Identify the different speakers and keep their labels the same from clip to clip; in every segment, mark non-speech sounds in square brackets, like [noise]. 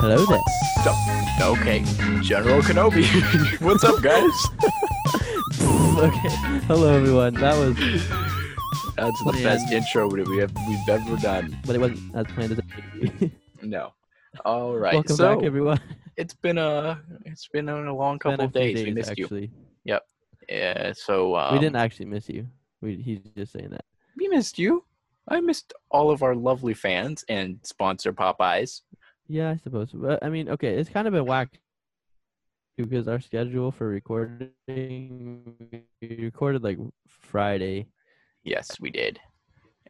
Speaker 1: Hello there. [laughs]
Speaker 2: Okay, General Kenobi. [laughs] What's up, guys?
Speaker 1: okay. Hello everyone. That was,
Speaker 2: That's the
Speaker 1: Man.
Speaker 2: best intro that we have we've ever done.
Speaker 1: but it wasn't as planned as. it-
Speaker 2: No. All [laughs] right.
Speaker 1: Welcome
Speaker 2: so
Speaker 1: back, everyone.
Speaker 2: it's been a it's been a
Speaker 1: [laughs]
Speaker 2: long couple
Speaker 1: Been a
Speaker 2: of
Speaker 1: few
Speaker 2: days. We missed you.
Speaker 1: actually.
Speaker 2: Yeah. So um,
Speaker 1: we didn't actually miss you. We, he's just saying that.
Speaker 2: We missed you. I missed all of our lovely fans and sponsor Popeyes.
Speaker 1: Yeah, I suppose. But, I mean, okay, it's kind of been whack because our schedule for recording we recorded like Friday
Speaker 2: Yes, we did.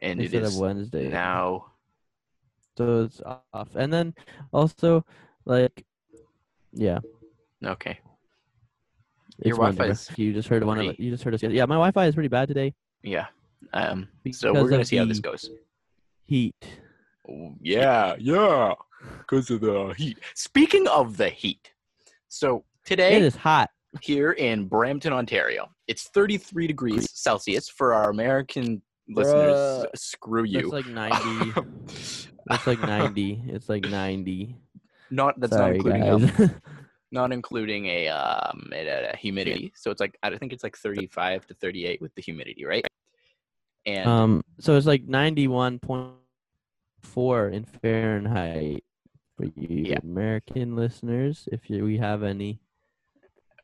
Speaker 2: And it
Speaker 1: instead of
Speaker 2: is
Speaker 1: Wednesday.
Speaker 2: now.
Speaker 1: So it's off. And then also like yeah,
Speaker 2: Okay.
Speaker 1: it's
Speaker 2: Your Wi-Fi
Speaker 1: Monday.
Speaker 2: is
Speaker 1: you just heard one of
Speaker 2: pretty-
Speaker 1: you just heard us. Yeah, my Wi-Fi is pretty bad today.
Speaker 2: Yeah. Um. So
Speaker 1: Because
Speaker 2: we're gonna
Speaker 1: of
Speaker 2: see how this
Speaker 1: the-
Speaker 2: goes.
Speaker 1: Heat.
Speaker 2: Oh, Yeah, yeah, because of the heat. Speaking of the heat, so
Speaker 1: It
Speaker 2: today
Speaker 1: is hot.
Speaker 2: here in Brampton, Ontario, it's 33 degrees Celsius for our American listeners.
Speaker 1: Bruh.
Speaker 2: Screw
Speaker 1: It's
Speaker 2: you. [laughs]
Speaker 1: like 90. it's like 90. It's like 90.
Speaker 2: not [laughs] that's
Speaker 1: Sorry,
Speaker 2: not
Speaker 1: [laughs]
Speaker 2: including um,
Speaker 1: guys.
Speaker 2: not including a um a, a humidity. So it's like I think it's like 35 to 38 with the humidity, right? And
Speaker 1: Um, so it's like ninety-one point four in Fahrenheit for you
Speaker 2: Yeah.
Speaker 1: American listeners, if you, we have any,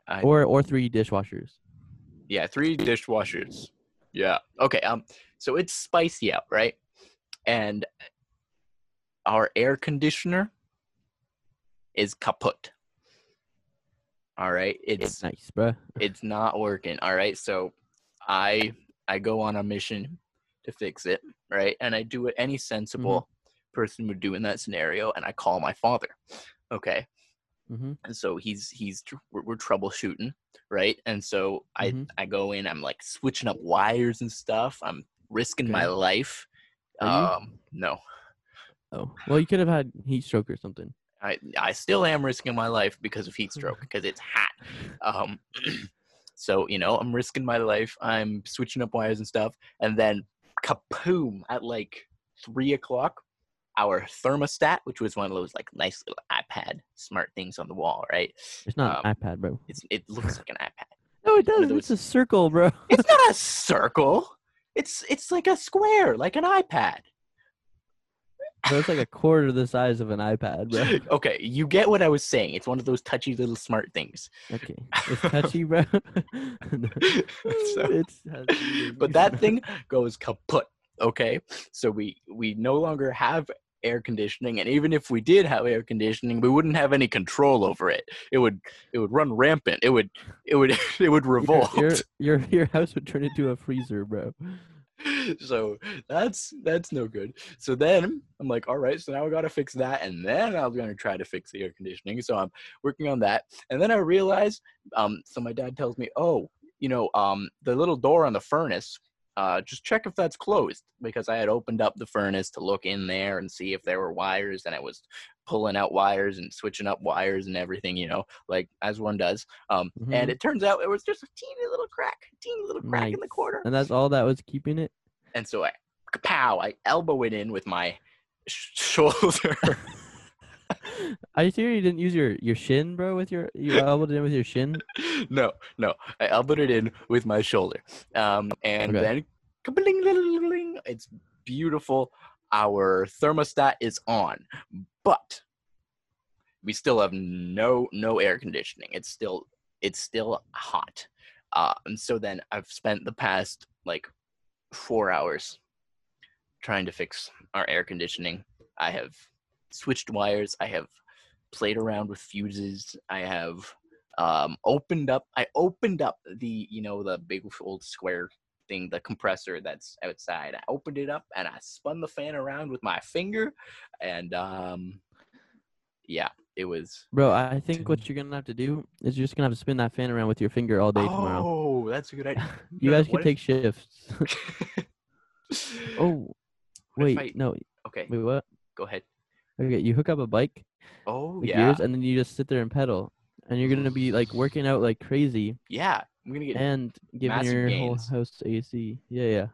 Speaker 2: I-
Speaker 1: or or three dishwashers.
Speaker 2: Yeah, three dishwashers. Yeah. Okay. Um. So it's spicy out, right? And our air conditioner is kaput. All right. It's
Speaker 1: It's nice, bruh.
Speaker 2: it's not working. All right. So I I go on a mission to fix it, right? And I do what any sensible person would do in that scenario, and I call my father. Okay
Speaker 1: Mm-hmm.
Speaker 2: and so he's he's tr- we're, we're troubleshooting right and so i
Speaker 1: Mhm.
Speaker 2: i go in i'm like switching up wires and stuff i'm risking my
Speaker 1: Okay.
Speaker 2: life
Speaker 1: Are
Speaker 2: um no
Speaker 1: Oh, well, you could have had heat stroke or something.
Speaker 2: i i still am risking my life because of heat
Speaker 1: [laughs]
Speaker 2: stroke because it's hot um [clears throat] so you know i'm risking my life i'm switching up wires and stuff and then kapoom at like three o'clock our thermostat which was one of those like nice little ipad smart things on the wall right
Speaker 1: It's not
Speaker 2: um,
Speaker 1: an iPad, bro.
Speaker 2: it's, it looks like an ipad
Speaker 1: No, it
Speaker 2: one of
Speaker 1: doesn't. It's a circle, bro. [laughs]
Speaker 2: It's not a circle. It's it's like a square, like an iPad.
Speaker 1: Bro, it's like a quarter the size of an iPad, bro.
Speaker 2: [laughs] Okay, you get what I was saying. It's one of those touchy little smart things. [laughs]
Speaker 1: Okay, it's touchy, bro. [laughs]
Speaker 2: So-
Speaker 1: it's touchy.
Speaker 2: but that thing goes kaput. Okay, so we we no longer have air conditioning, and even if we did have air conditioning, we wouldn't have any control over it. It would it would run rampant. It would it would [laughs] it
Speaker 1: [laughs]
Speaker 2: would
Speaker 1: Your-
Speaker 2: revolt.
Speaker 1: Your, your your house would turn into a freezer, bro.
Speaker 2: [laughs] so that's that's no good. So then I'm like, all right, so now I gotta fix that, and then I was gonna try to fix the air conditioning. So I'm working on that, and then I realize, um, so my dad tells me, oh, you know, um, the little door on the furnace, uh, just check if that's closed because I had opened up the furnace to look in there and see if there were wires, and I was pulling out wires and switching up wires and everything, you know, like as one does. Um,
Speaker 1: Mhm.
Speaker 2: and it turns out it was just a teeny little crack, teeny little crack in
Speaker 1: Nice.
Speaker 2: the corner.
Speaker 1: And that's all that was keeping
Speaker 2: [laughs]
Speaker 1: it.
Speaker 2: And so I, pow, I elbow it in with my sh- [laughs] shoulder.
Speaker 1: I hear you didn't use your, your shin, bro, with your
Speaker 2: [laughs]
Speaker 1: you elbowed it in with your shin.
Speaker 2: no, no, I elbowed it in with my shoulder. Um, and
Speaker 1: Okay.
Speaker 2: then ka-bling-ling-ling-ling, it's beautiful. Our thermostat is on, but we still have no no air conditioning. It's still it's still hot. Uh, and so then I've spent the past like four hours trying to fix our air conditioning. I have switched wires. I have played around with fuses. I have um, opened up. I opened up the you know the big old square thing, the compressor that's outside. I opened it up and I spun the fan around with my finger, and um, yeah, it was.
Speaker 1: Bro, I think
Speaker 2: Dude.
Speaker 1: what you're gonna have to do is you're just gonna have to spin that fan around with your finger all day tomorrow.
Speaker 2: Oh, that's a good idea.
Speaker 1: [laughs] You
Speaker 2: Yeah,
Speaker 1: guys can
Speaker 2: what [laughs]
Speaker 1: take shifts. [laughs]
Speaker 2: if-
Speaker 1: oh
Speaker 2: What
Speaker 1: wait,
Speaker 2: if I-
Speaker 1: no,
Speaker 2: okay,
Speaker 1: wait what?
Speaker 2: go ahead.
Speaker 1: Okay, you hook up a bike,
Speaker 2: Oh
Speaker 1: the
Speaker 2: yeah,
Speaker 1: gears, and then you just sit there and pedal. And you're gonna be like working out like crazy
Speaker 2: yeah. I'm gonna get
Speaker 1: and giving
Speaker 2: massive
Speaker 1: your
Speaker 2: gains.
Speaker 1: whole house AC. Yeah, yeah.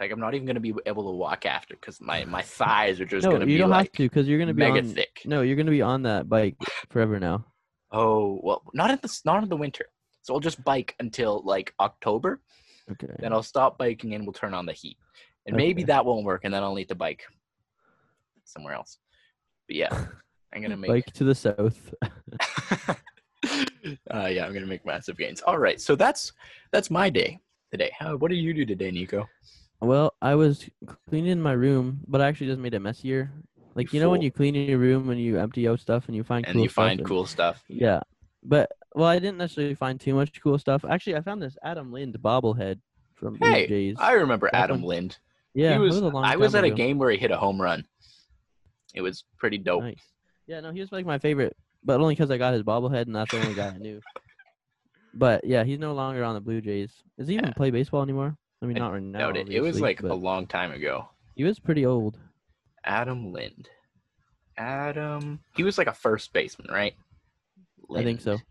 Speaker 2: Like I'm not even gonna be able to walk after because my my thighs are just
Speaker 1: no,
Speaker 2: gonna
Speaker 1: you
Speaker 2: be
Speaker 1: don't
Speaker 2: like
Speaker 1: have to because you're gonna be
Speaker 2: mega
Speaker 1: on.
Speaker 2: thick.
Speaker 1: No, you're gonna be on that bike forever now.
Speaker 2: Oh well, not at the s- not in the winter. So I'll just bike until like October.
Speaker 1: Okay.
Speaker 2: Then I'll stop biking and we'll turn on the heat. And maybe
Speaker 1: Okay.
Speaker 2: that won't work, and then I'll need to bike somewhere else.
Speaker 1: [laughs]
Speaker 2: But yeah, I'm gonna make
Speaker 1: Bike to the south. [laughs]
Speaker 2: [laughs] uh, yeah, I'm gonna make massive gains. All right, so that's that's my day today. How, what do you do today, Nico?
Speaker 1: Well, I was cleaning my room, but I actually just made it messier. Like you know when
Speaker 2: fool.
Speaker 1: you clean your room and you empty out stuff and you find
Speaker 2: And
Speaker 1: cool
Speaker 2: you
Speaker 1: stuff
Speaker 2: find cool stuff.
Speaker 1: Yeah, but well, I didn't necessarily find too much cool stuff. Actually, I found this Adam Lind bobblehead from the
Speaker 2: Hey,
Speaker 1: Jays.
Speaker 2: I remember
Speaker 1: That
Speaker 2: Adam
Speaker 1: one-
Speaker 2: Lind.
Speaker 1: yeah,
Speaker 2: he
Speaker 1: it
Speaker 2: was.
Speaker 1: was a long
Speaker 2: I was
Speaker 1: time
Speaker 2: at a
Speaker 1: ago.
Speaker 2: game where he hit a home run. It was pretty dope.
Speaker 1: Nice. Yeah, no, he was like my favorite, but only because I got his bobblehead, and that's the only guy I
Speaker 2: [laughs]
Speaker 1: knew. But yeah, he's no longer on the Blue Jays. Does he even
Speaker 2: Yeah.
Speaker 1: play baseball anymore? I mean,
Speaker 2: I
Speaker 1: not right now.
Speaker 2: Doubt it. It was
Speaker 1: obviously,
Speaker 2: like a
Speaker 1: but
Speaker 2: long time ago.
Speaker 1: he was pretty old.
Speaker 2: Adam Lind. Adam. He was like a first baseman, right?
Speaker 1: I think so.
Speaker 2: Lind.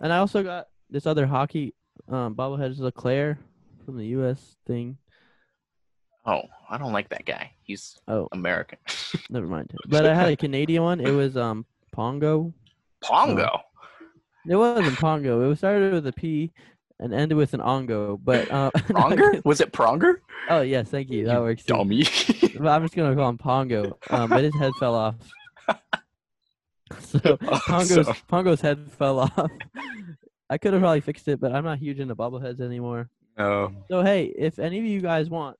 Speaker 1: And I also got this other hockey um, bobblehead. It's Leclaire from the U.S. thing.
Speaker 2: Oh, I don't like that guy. He's
Speaker 1: Oh,
Speaker 2: American.
Speaker 1: never mind. But I had
Speaker 2: [laughs]
Speaker 1: a Canadian one. It was um Pongo.
Speaker 2: Pongo.
Speaker 1: [laughs] It wasn't Pongo. It was started with a P and ended with an ongo. But uh, [laughs]
Speaker 2: Pronger? Was it Pronger?
Speaker 1: oh yes, thank you. That
Speaker 2: You
Speaker 1: works. too.
Speaker 2: Dummy. [laughs]
Speaker 1: But I'm just gonna call him Pongo. Um, but his head fell off. [laughs]
Speaker 2: [laughs] Oh,
Speaker 1: So Pongo's
Speaker 2: Awesome.
Speaker 1: Pongo's head fell [laughs] off. I could have probably fixed it, but I'm not huge into bobbleheads anymore.
Speaker 2: No.
Speaker 1: So hey, if any of you guys want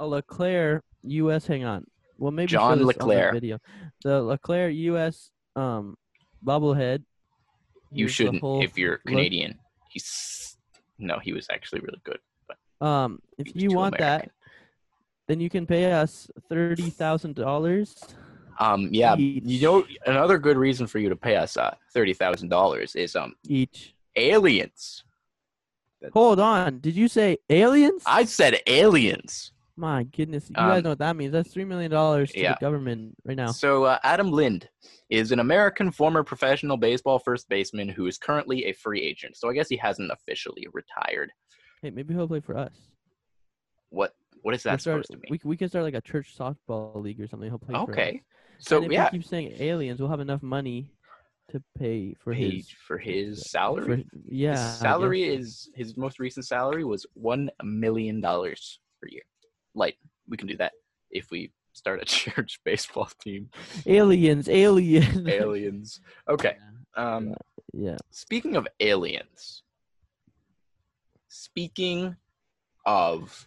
Speaker 1: a Leclerc US, hang on. Well, maybe show
Speaker 2: John
Speaker 1: this on the
Speaker 2: Leclerc.
Speaker 1: video. The Leclerc US um bobblehead.
Speaker 2: You
Speaker 1: Here's the
Speaker 2: shouldn't
Speaker 1: whole
Speaker 2: if you're Canadian. He's no, he was actually really good.
Speaker 1: Um, if
Speaker 2: He was
Speaker 1: you
Speaker 2: too
Speaker 1: want
Speaker 2: American.
Speaker 1: that, then you can pay us thirty thousand dollars.
Speaker 2: Um yeah, you
Speaker 1: Each.
Speaker 2: know another good reason for you to pay us uh thirty thousand dollars is um
Speaker 1: each.
Speaker 2: aliens.
Speaker 1: Hold on, did you say aliens?
Speaker 2: I said aliens.
Speaker 1: My goodness, you
Speaker 2: Um,
Speaker 1: guys know what that means. That's three million dollars to
Speaker 2: yeah.
Speaker 1: the government right now.
Speaker 2: So uh, Adam Lind is an American former professional baseball first baseman who is currently a free agent. So I guess he hasn't officially retired.
Speaker 1: Hey, maybe he'll play for us.
Speaker 2: What what is
Speaker 1: We'll
Speaker 2: that
Speaker 1: start-
Speaker 2: supposed to mean?
Speaker 1: We c- we can start like a church softball league or something. He'll play. for us.
Speaker 2: okay.
Speaker 1: and
Speaker 2: So
Speaker 1: if
Speaker 2: yeah,
Speaker 1: we keep saying aliens, we'll have enough money to pay for
Speaker 2: paid
Speaker 1: his
Speaker 2: for his
Speaker 1: for-
Speaker 2: salary.
Speaker 1: yeah, I
Speaker 2: his
Speaker 1: guess.
Speaker 2: salary is his most recent salary was one million dollars per year. Like we can do that if we start a [laughs] church baseball team.
Speaker 1: [laughs] aliens, aliens,
Speaker 2: aliens. Okay. Um,
Speaker 1: [laughs] yeah.
Speaker 2: speaking of aliens. Speaking of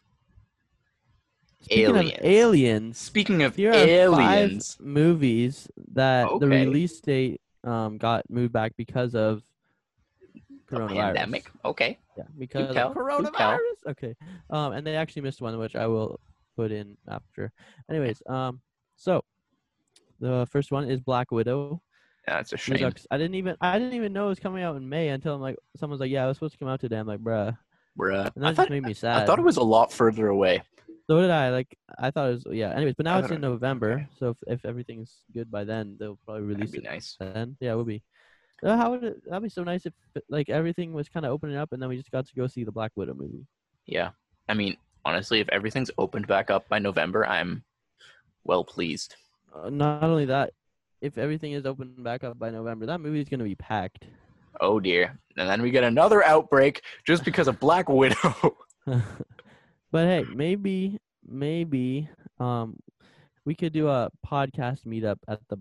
Speaker 1: Speaking
Speaker 2: aliens.
Speaker 1: of aliens.
Speaker 2: Speaking of
Speaker 1: Here are
Speaker 2: aliens.
Speaker 1: five movies that the
Speaker 2: Okay.
Speaker 1: release date um got moved back because of
Speaker 2: the
Speaker 1: coronavirus.
Speaker 2: pandemic. Okay.
Speaker 1: Yeah, because of
Speaker 2: tell, you tell.
Speaker 1: coronavirus. Okay. Um, and they actually missed one, which I will put in after. Anyways, um, so the first one is Black Widow.
Speaker 2: That's a
Speaker 1: Which
Speaker 2: shame.
Speaker 1: sucks. I didn't even I didn't even know it was coming out in May until I'm like someone's like, yeah, it was supposed to come out today. I'm like, bruh,
Speaker 2: Bruh.
Speaker 1: and that
Speaker 2: I
Speaker 1: just
Speaker 2: thought,
Speaker 1: made me sad.
Speaker 2: I thought it was a lot further away.
Speaker 1: So did I. Like I thought it was yeah. Anyways, but now
Speaker 2: I
Speaker 1: it's in November,
Speaker 2: okay.
Speaker 1: so if, if everything's good by then, they'll probably
Speaker 2: That'd
Speaker 1: release
Speaker 2: be
Speaker 1: it
Speaker 2: nice.
Speaker 1: then. Yeah, it would be. Uh, how would it? That'd be so nice if like everything was kind of opening up, and then we just got to go see the Black Widow movie.
Speaker 2: Yeah. I mean, honestly, if everything's opened back up by November, I'm well pleased.
Speaker 1: Uh, not only that, if everything is open back up by November, that movie is gonna be packed. [laughs]
Speaker 2: Oh dear. And then we get another outbreak just because of Black Widow. [laughs]
Speaker 1: but hey, maybe maybe um we could do a podcast meetup at the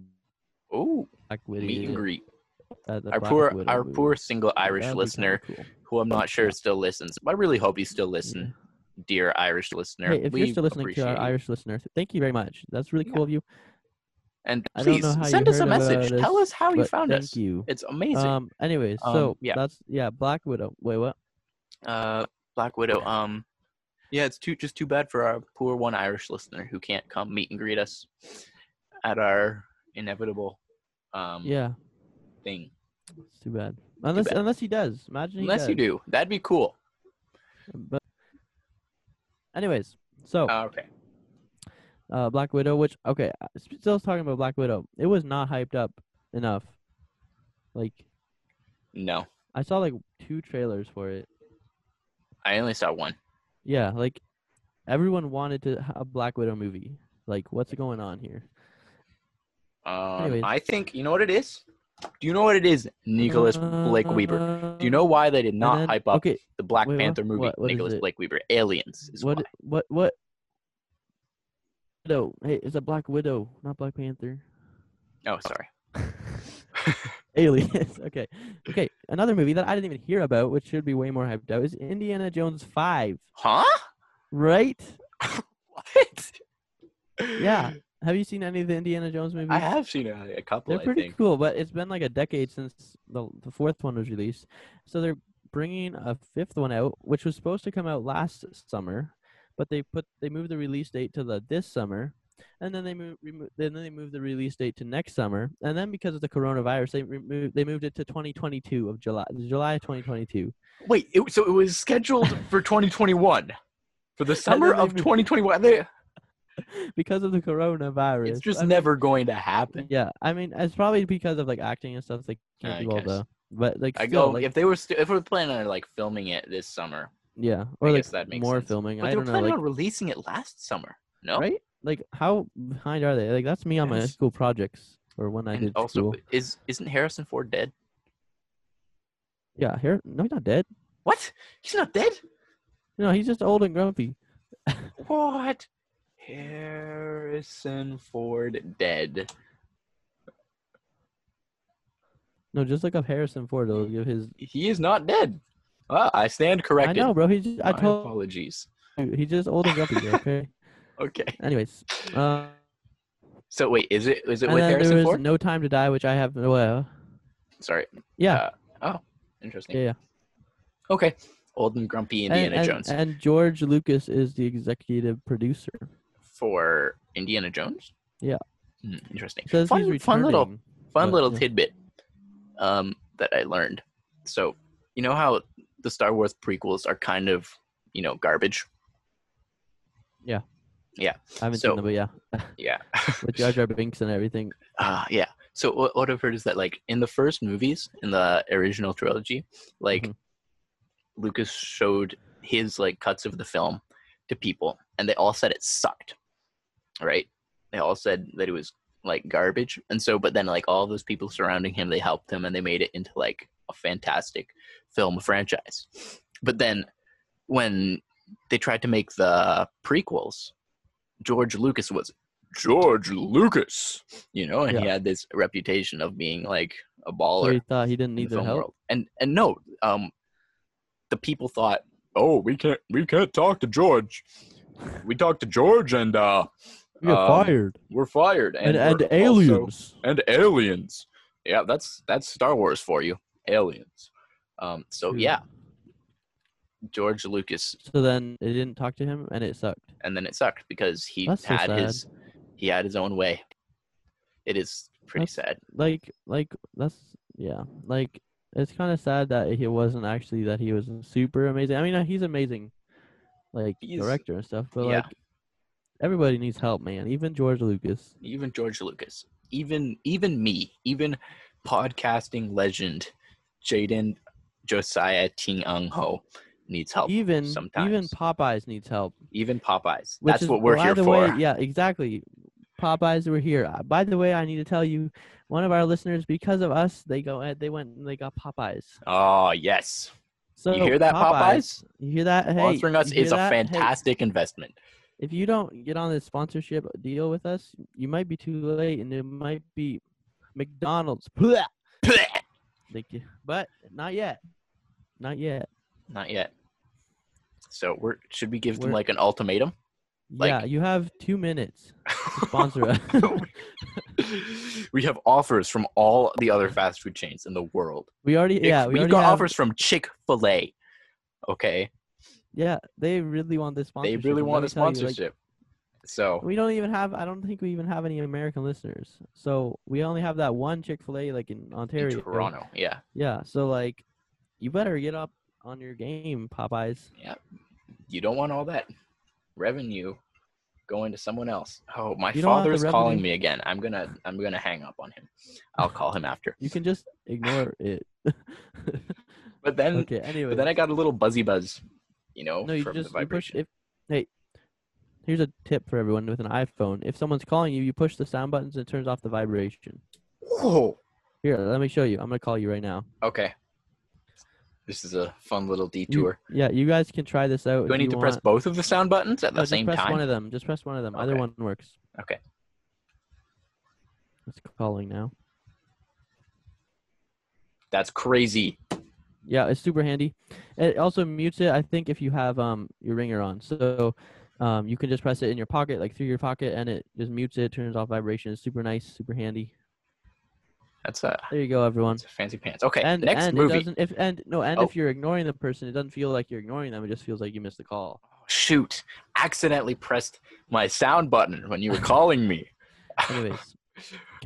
Speaker 2: Ooh,
Speaker 1: Black Widow.
Speaker 2: meet and greet.
Speaker 1: at the
Speaker 2: Our
Speaker 1: Black
Speaker 2: poor
Speaker 1: Widow
Speaker 2: our
Speaker 1: movie.
Speaker 2: poor single
Speaker 1: That'd
Speaker 2: Irish
Speaker 1: be kinda
Speaker 2: listener
Speaker 1: cool.
Speaker 2: who I'm not sure still listens. But I really hope you still listen, dear Irish listener.
Speaker 1: Hey, if
Speaker 2: we
Speaker 1: you're still listening to
Speaker 2: appreciate
Speaker 1: our
Speaker 2: you.
Speaker 1: Irish listener, th- thank you very much. That's really
Speaker 2: Yeah.
Speaker 1: cool of you.
Speaker 2: and
Speaker 1: I don't
Speaker 2: please
Speaker 1: know how you
Speaker 2: send us a
Speaker 1: heard about
Speaker 2: message.
Speaker 1: us,
Speaker 2: Tell us how Oh, you
Speaker 1: but
Speaker 2: found
Speaker 1: thank
Speaker 2: us.
Speaker 1: you.
Speaker 2: It's amazing.
Speaker 1: Um. Anyways,
Speaker 2: Um,
Speaker 1: so
Speaker 2: yeah.
Speaker 1: that's yeah. Black Widow. Wait, what?
Speaker 2: uh Black Widow. Um yeah, it's too just too bad for our poor one Irish listener who can't come meet and greet us at our inevitable um
Speaker 1: Yeah,
Speaker 2: thing.
Speaker 1: it's too bad. Unless
Speaker 2: bad.
Speaker 1: unless he does. Imagine he
Speaker 2: Unless you
Speaker 1: does.
Speaker 2: do. That'd be cool.
Speaker 1: But anyways, so
Speaker 2: Uh, okay.
Speaker 1: uh, Black Widow. Which okay, I- s- still talking about Black Widow. It was not hyped up enough. Like
Speaker 2: No.
Speaker 1: I saw like two trailers for it.
Speaker 2: I only saw one.
Speaker 1: Yeah, like everyone wanted to ha- a Black Widow movie. Like, what's going on here?
Speaker 2: Um,
Speaker 1: Anyways.
Speaker 2: I think you know what it is. Do you know what it is, Nicholas Blake Weaver? Do you know why they did not
Speaker 1: Uh, then-
Speaker 2: hype up
Speaker 1: okay,
Speaker 2: the Black
Speaker 1: wait, what-
Speaker 2: Panther movie?
Speaker 1: what- what is
Speaker 2: Nicholas
Speaker 1: it?
Speaker 2: Blake Weaver, Aliens is
Speaker 1: what?
Speaker 2: why.
Speaker 1: What? What? Widow. Hey, it's a Black Widow, not Black Panther.
Speaker 2: Oh, sorry.
Speaker 1: Aliens. [laughs] Okay. Okay. Another movie that I didn't even hear about, which should be way more hyped out, is Indiana Jones 5.
Speaker 2: Huh? [laughs]
Speaker 1: Right?
Speaker 2: What?
Speaker 1: Yeah. Have you seen any of the Indiana Jones movies?
Speaker 2: I have seen a, a couple.
Speaker 1: They're
Speaker 2: I
Speaker 1: pretty
Speaker 2: think.
Speaker 1: cool, but it's been like a decade since the, the fourth one was released. So they're bringing a fifth one out, which was supposed to come out last summer, but they put they moved the release date to the this summer, and then they moved remo- then they moved the release date to next summer, and then because of the coronavirus, they removed they moved it to 2022 of July July 2022.
Speaker 2: Wait, it, so it was scheduled
Speaker 1: [laughs]
Speaker 2: for 2021, for the summer
Speaker 1: then they
Speaker 2: of
Speaker 1: moved-
Speaker 2: 2021. They-
Speaker 1: because of the coronavirus.
Speaker 2: It's just
Speaker 1: I mean,
Speaker 2: never going to happen.
Speaker 1: Yeah, I mean, it's probably because of like acting and stuff. They can't
Speaker 2: I
Speaker 1: do all
Speaker 2: guess.
Speaker 1: the. But like,
Speaker 2: I
Speaker 1: still,
Speaker 2: go
Speaker 1: like,
Speaker 2: if they were st- if we were planning on like filming it this summer,
Speaker 1: yeah, or like
Speaker 2: guess that makes
Speaker 1: more
Speaker 2: sense.
Speaker 1: filming.
Speaker 2: but
Speaker 1: I
Speaker 2: they were
Speaker 1: don't know.
Speaker 2: planning
Speaker 1: Like,
Speaker 2: on releasing it last summer. No,
Speaker 1: right? Like, how behind are they? Like, that's me on my
Speaker 2: Yes.
Speaker 1: school projects or when I
Speaker 2: And
Speaker 1: did
Speaker 2: also,
Speaker 1: school.
Speaker 2: is isn't Harrison Ford dead?
Speaker 1: Yeah, here, no, he's not dead.
Speaker 2: What? He's not dead.
Speaker 1: No, he's just old and grumpy.
Speaker 2: What? Harrison Ford dead.
Speaker 1: No, just look up Harrison Ford. It'll give his.
Speaker 2: He is not dead. Well, I stand corrected.
Speaker 1: I know, bro. He's. Just,
Speaker 2: My
Speaker 1: I told
Speaker 2: apologies.
Speaker 1: you, he's just old and grumpy. bro,
Speaker 2: [laughs]
Speaker 1: Okay.
Speaker 2: Okay.
Speaker 1: Anyways, uh,
Speaker 2: So wait, is it is it
Speaker 1: and
Speaker 2: with
Speaker 1: then there
Speaker 2: Harrison
Speaker 1: was
Speaker 2: Ford?
Speaker 1: No Time to Die, which I have. Well,
Speaker 2: Sorry.
Speaker 1: yeah,
Speaker 2: Uh, oh, interesting.
Speaker 1: yeah, yeah.
Speaker 2: Okay. Old and grumpy
Speaker 1: And-
Speaker 2: Indiana
Speaker 1: and-
Speaker 2: Jones
Speaker 1: and George Lucas is the executive producer.
Speaker 2: for Indiana Jones.
Speaker 1: Yeah.
Speaker 2: Hmm, interesting.
Speaker 1: Says he's
Speaker 2: Fun,
Speaker 1: returning.
Speaker 2: fun little fun
Speaker 1: But,
Speaker 2: little
Speaker 1: yeah.
Speaker 2: tidbit um, that I learned. So, you know how the Star Wars prequels are kind of, you know, garbage?
Speaker 1: I haven't
Speaker 2: so-
Speaker 1: seen them, but yeah,
Speaker 2: Yeah.
Speaker 1: with Jar Jar Binks and everything.
Speaker 2: uh, yeah. So, what, what I've heard is that, like, in the first movies, in the original trilogy, like,
Speaker 1: Mhm.
Speaker 2: Lucas showed his, like, cuts of the film to people, and they all said it sucked, right? They all said that it was, like, garbage. And so, but then, like, all those people surrounding him, they helped him, and they made it into, like, a fantastic film franchise. But then when they tried to make the prequels, George Lucas was George Lucas, you know, and he had this reputation of being like a
Speaker 1: So
Speaker 2: baller
Speaker 1: he thought he didn't
Speaker 2: in the
Speaker 1: need their
Speaker 2: film
Speaker 1: help.
Speaker 2: world. And and no, um, the people thought, oh, we can't we can't talk to George. We talked to George, and uh,
Speaker 1: You got
Speaker 2: Um,
Speaker 1: fired.
Speaker 2: we're fired,
Speaker 1: And, and,
Speaker 2: and we're also-
Speaker 1: aliens.
Speaker 2: and aliens. Yeah, that's that's Star Wars for you, aliens. Um, so
Speaker 1: Dude.
Speaker 2: yeah, George Lucas,
Speaker 1: So then they didn't talk to him, and it sucked.
Speaker 2: and then it sucked because he
Speaker 1: That's so
Speaker 2: had
Speaker 1: sad.
Speaker 2: his he had his own way. It is pretty sad.
Speaker 1: Like, like that's yeah. Like it's kind of sad that he wasn't actually that he was super amazing. I mean, uh, he's amazing, like
Speaker 2: He's-
Speaker 1: director and stuff. But
Speaker 2: yeah.
Speaker 1: like, everybody needs help, man. Even George Lucas.
Speaker 2: even George Lucas, even even me, even podcasting legend Jaden Josiah Ting Ung Ho needs help.
Speaker 1: Even even
Speaker 2: sometimes.
Speaker 1: Popeyes needs help.
Speaker 2: even Popeyes.
Speaker 1: Which
Speaker 2: That's
Speaker 1: is,
Speaker 2: what we're
Speaker 1: by
Speaker 2: here
Speaker 1: the
Speaker 2: for.
Speaker 1: Way, yeah, exactly. Popeyes, we're here. Uh, By the way, I need to tell you, one of our listeners, because of us, they go ahead, they went and they got Popeyes.
Speaker 2: Oh yes,
Speaker 1: So
Speaker 2: hear that, Popeyes?
Speaker 1: You hear that? Hey,
Speaker 2: sponsoring us
Speaker 1: you hear
Speaker 2: is a
Speaker 1: that? Hey,
Speaker 2: fantastic investment. [laughs]
Speaker 1: if you don't get on this sponsorship deal with us, you might be too late, and it might be McDonald's. Blah!
Speaker 2: Blech!
Speaker 1: Thank you, but not yet, not yet.
Speaker 2: Not yet. So we're should we give them
Speaker 1: We're-
Speaker 2: like an ultimatum? Like-
Speaker 1: yeah, you have two
Speaker 2: [laughs]
Speaker 1: minutes to sponsor us. [laughs]
Speaker 2: we have offers from all the other fast food chains in the world.
Speaker 1: we already, yeah, we
Speaker 2: have
Speaker 1: already
Speaker 2: got
Speaker 1: have-
Speaker 2: offers from Chick Fil A. Okay,
Speaker 1: Yeah, they really want this
Speaker 2: they
Speaker 1: sponsorship.
Speaker 2: really
Speaker 1: and let
Speaker 2: want
Speaker 1: me
Speaker 2: a
Speaker 1: tell you, like,
Speaker 2: sponsorship. so
Speaker 1: we don't even have. I don't think we even have any American listeners. So we only have that one Chick Fil A like in
Speaker 2: in
Speaker 1: Ontario.
Speaker 2: Toronto, yeah,
Speaker 1: Yeah. So like, you better get up on your game, Popeyes.
Speaker 2: you don't want all that revenue going to someone else. Oh, my
Speaker 1: You don't want the
Speaker 2: father's calling
Speaker 1: revenue-
Speaker 2: me again. I'm gonna I'm gonna hang up on him. I'll call him after.
Speaker 1: You can just
Speaker 2: [sighs]
Speaker 1: ignore it. [laughs]
Speaker 2: But then
Speaker 1: okay. Anyway.
Speaker 2: but then I got a little buzzy buzz, you know,
Speaker 1: no, you
Speaker 2: from
Speaker 1: just
Speaker 2: the
Speaker 1: you push
Speaker 2: vibration.
Speaker 1: if. Hey, here's a tip for everyone with an iPhone. If someone's calling you, you push the sound buttons and it turns off the vibration.
Speaker 2: Whoa.
Speaker 1: Here, let me show you. I'm gonna call you right now.
Speaker 2: Okay. This is a fun little
Speaker 1: You-
Speaker 2: detour.
Speaker 1: yeah, you guys can try this out.
Speaker 2: Do I
Speaker 1: if
Speaker 2: need
Speaker 1: you
Speaker 2: to press
Speaker 1: want.
Speaker 2: both of the sound buttons at
Speaker 1: No,
Speaker 2: the
Speaker 1: just
Speaker 2: same
Speaker 1: press
Speaker 2: time?
Speaker 1: one of them. Just press one of them. Either
Speaker 2: Okay.
Speaker 1: one works.
Speaker 2: Okay.
Speaker 1: It's calling now.
Speaker 2: That's crazy.
Speaker 1: Yeah, it's super handy. It also mutes it, I think, if you have um your ringer on. So um you can just press it in your pocket, like through your pocket, and it just mutes it, turns off vibration. It's super nice, super handy.
Speaker 2: That's uh, a,
Speaker 1: There you go, everyone.
Speaker 2: that's a fancy pants. Okay,
Speaker 1: And
Speaker 2: next
Speaker 1: and it
Speaker 2: movie.
Speaker 1: doesn't if and no and
Speaker 2: Oh.
Speaker 1: if you're ignoring the person, it doesn't feel like you're ignoring them. It just feels like you missed the call.
Speaker 2: Shoot, accidentally pressed my sound button when
Speaker 1: [laughs]
Speaker 2: you were calling me.
Speaker 1: Anyways,